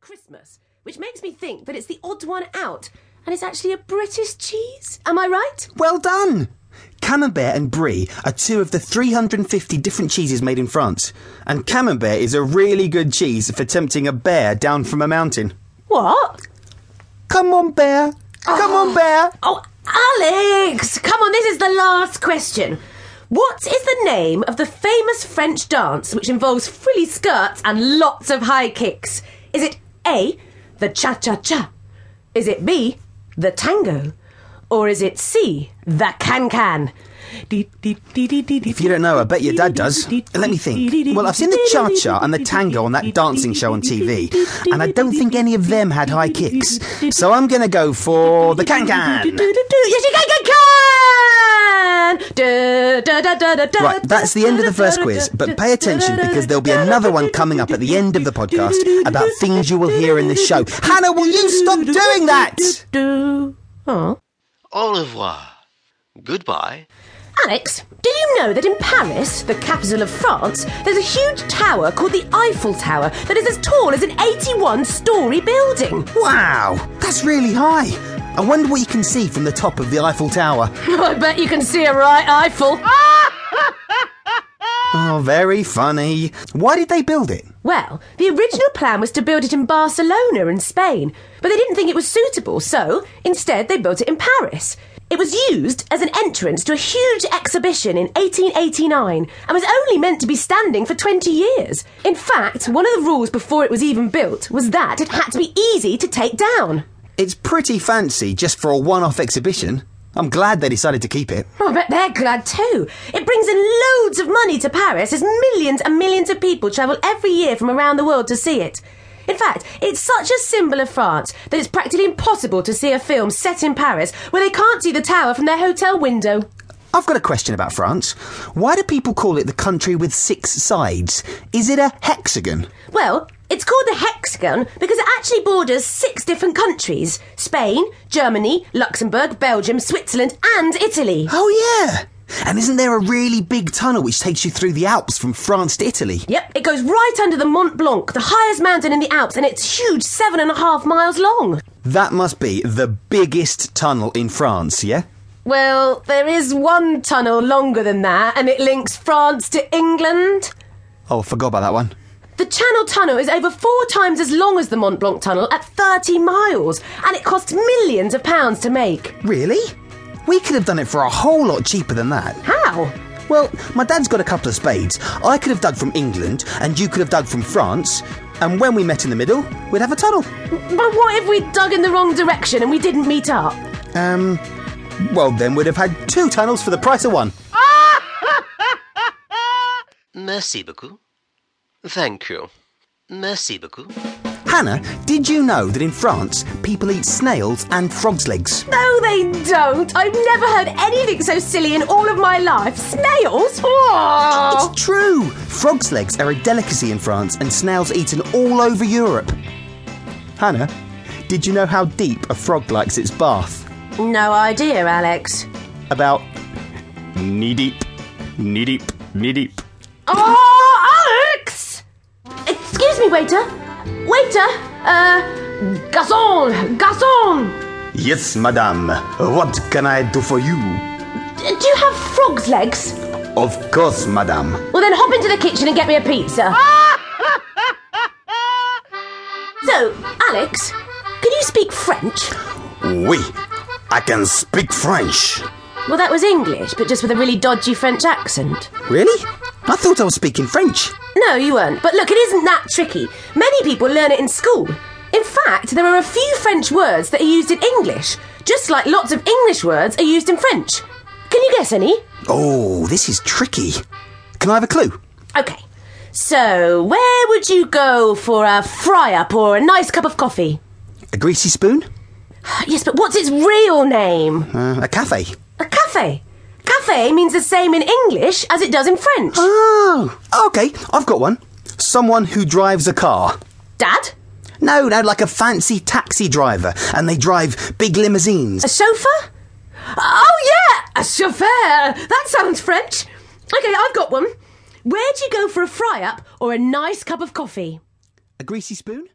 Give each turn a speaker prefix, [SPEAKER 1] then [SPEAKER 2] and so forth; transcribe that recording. [SPEAKER 1] Christmas, which makes me think that it's the odd one out, and it's actually a British cheese. Am I right?
[SPEAKER 2] Well done! Camembert and Brie are two of the 350 different cheeses made in France, and Camembert is a really good cheese for tempting a bear down from a mountain.
[SPEAKER 1] What?
[SPEAKER 2] Come on, bear! Come on, bear!
[SPEAKER 1] Oh, Alex! Come on, this is the last question. What is the name of the famous French dance which involves frilly skirts and lots of high kicks? Is it A, the cha cha cha? Is it B, the tango? Or is it C, the can can? If
[SPEAKER 2] If you don't know, I bet your dad does. Let me think. Well, I've seen the cha cha and the tango on that dancing show on TV, and I don't think any of them had high kicks. So I'm gonna go for Oh, the can can!
[SPEAKER 1] Yes, you can, can, can! Du- du- du- du- du- du-
[SPEAKER 2] Right, that's the end of the first quiz, but pay attention because there'll be another one coming up at the end of the podcast about things you will hear in the show. Hannah, will you stop doing that?
[SPEAKER 1] Oh.
[SPEAKER 3] Au revoir. Goodbye.
[SPEAKER 1] Alex, do you know that in Paris, the capital of France, there's a huge tower called the Eiffel Tower that is as tall as an 81 story building?
[SPEAKER 2] Wow, that's really high. I wonder what you can see from the top of the Eiffel Tower.
[SPEAKER 1] I bet you can see a right Eiffel. Ah!
[SPEAKER 2] Oh, very funny. Why did they build it?
[SPEAKER 1] Well, the original plan was to build it in Barcelona in Spain, but they didn't think it was suitable, so instead they built it in Paris. It was used as an entrance to a huge exhibition in 1889 and was only meant to be standing for 20 years. In fact, one of the rules before it was even built was that it had to be easy to take down.
[SPEAKER 2] It's pretty fancy just for a one off exhibition. I'm glad they decided to keep it.
[SPEAKER 1] Oh, I bet they're glad too. It brings in loads of money to Paris as millions and millions of people travel every year from around the world to see it. In fact, it's such a symbol of France that it's practically impossible to see a film set in Paris where they can't see the tower from their hotel window.
[SPEAKER 2] I've got a question about France. Why do people call it the country with six sides? Is it a hexagon?
[SPEAKER 1] Well, it's called the hexagon because it actually borders six different countries Spain, Germany, Luxembourg, Belgium, Switzerland, and Italy.
[SPEAKER 2] Oh, yeah. And isn't there a really big tunnel which takes you through the Alps from France to Italy?
[SPEAKER 1] Yep, it goes right under the Mont Blanc, the highest mountain in the Alps, and it's huge, seven and a half miles long.
[SPEAKER 2] That must be the biggest tunnel in France, yeah?
[SPEAKER 1] Well, there is one tunnel longer than that, and it links France to England.
[SPEAKER 2] Oh, forgot about that one.
[SPEAKER 1] The Channel Tunnel is over four times as long as the Mont Blanc Tunnel at 30 miles, and it costs millions of pounds to make.
[SPEAKER 2] Really? We could have done it for a whole lot cheaper than that.
[SPEAKER 1] How?
[SPEAKER 2] Well, my dad's got a couple of spades. I could have dug from England, and you could have dug from France. And when we met in the middle, we'd have a tunnel.
[SPEAKER 1] But what if we dug in the wrong direction and we didn't meet up?
[SPEAKER 2] Um, well, then we'd have had two tunnels for the price of one.
[SPEAKER 3] Merci beaucoup. Thank you. Merci beaucoup.
[SPEAKER 2] Hannah, did you know that in France, people eat snails and frogs' legs?
[SPEAKER 1] No, they don't. I've never heard anything so silly in all of my life. Snails? Oh.
[SPEAKER 2] It's true! Frogs' legs are a delicacy in France and snails are eaten all over Europe. Hannah, did you know how deep a frog likes its bath?
[SPEAKER 1] No idea, Alex.
[SPEAKER 2] About knee deep, knee deep, knee deep.
[SPEAKER 1] Oh, Alex! Excuse me, waiter. Waiter, uh, garçon, garçon.
[SPEAKER 2] Yes, madame. What can I do for you?
[SPEAKER 1] D- Do you have frog's legs?
[SPEAKER 2] Of course, madame.
[SPEAKER 1] Well, then hop into the kitchen and get me a pizza. so, Alex, can you speak French?
[SPEAKER 2] Oui, I can speak French.
[SPEAKER 1] Well, that was English, but just with a really dodgy French accent.
[SPEAKER 2] Really? I thought I was speaking French.
[SPEAKER 1] No, you weren't. But look, it isn't that tricky. Many people learn it in school. In fact, there are a few French words that are used in English, just like lots of English words are used in French. Can you guess any?
[SPEAKER 2] Oh, this is tricky. Can I have a clue?
[SPEAKER 1] Okay. So, where would you go for a fry up or a nice cup of coffee? Uh,
[SPEAKER 2] A greasy spoon?
[SPEAKER 1] Yes, but what's its real name?
[SPEAKER 2] Uh, a cafe?
[SPEAKER 1] A cafe. Cafe means the same in English as it does in French.
[SPEAKER 2] Oh, okay. I've got one. Someone who drives a car.
[SPEAKER 1] Dad?
[SPEAKER 2] No, no, like a fancy taxi driver, and they drive big limousines.
[SPEAKER 1] A chauffeur? Oh, yeah! A chauffeur! That sounds French. Okay, I've got one. Where'd you go for a fry up or a nice cup of coffee?
[SPEAKER 2] A greasy spoon?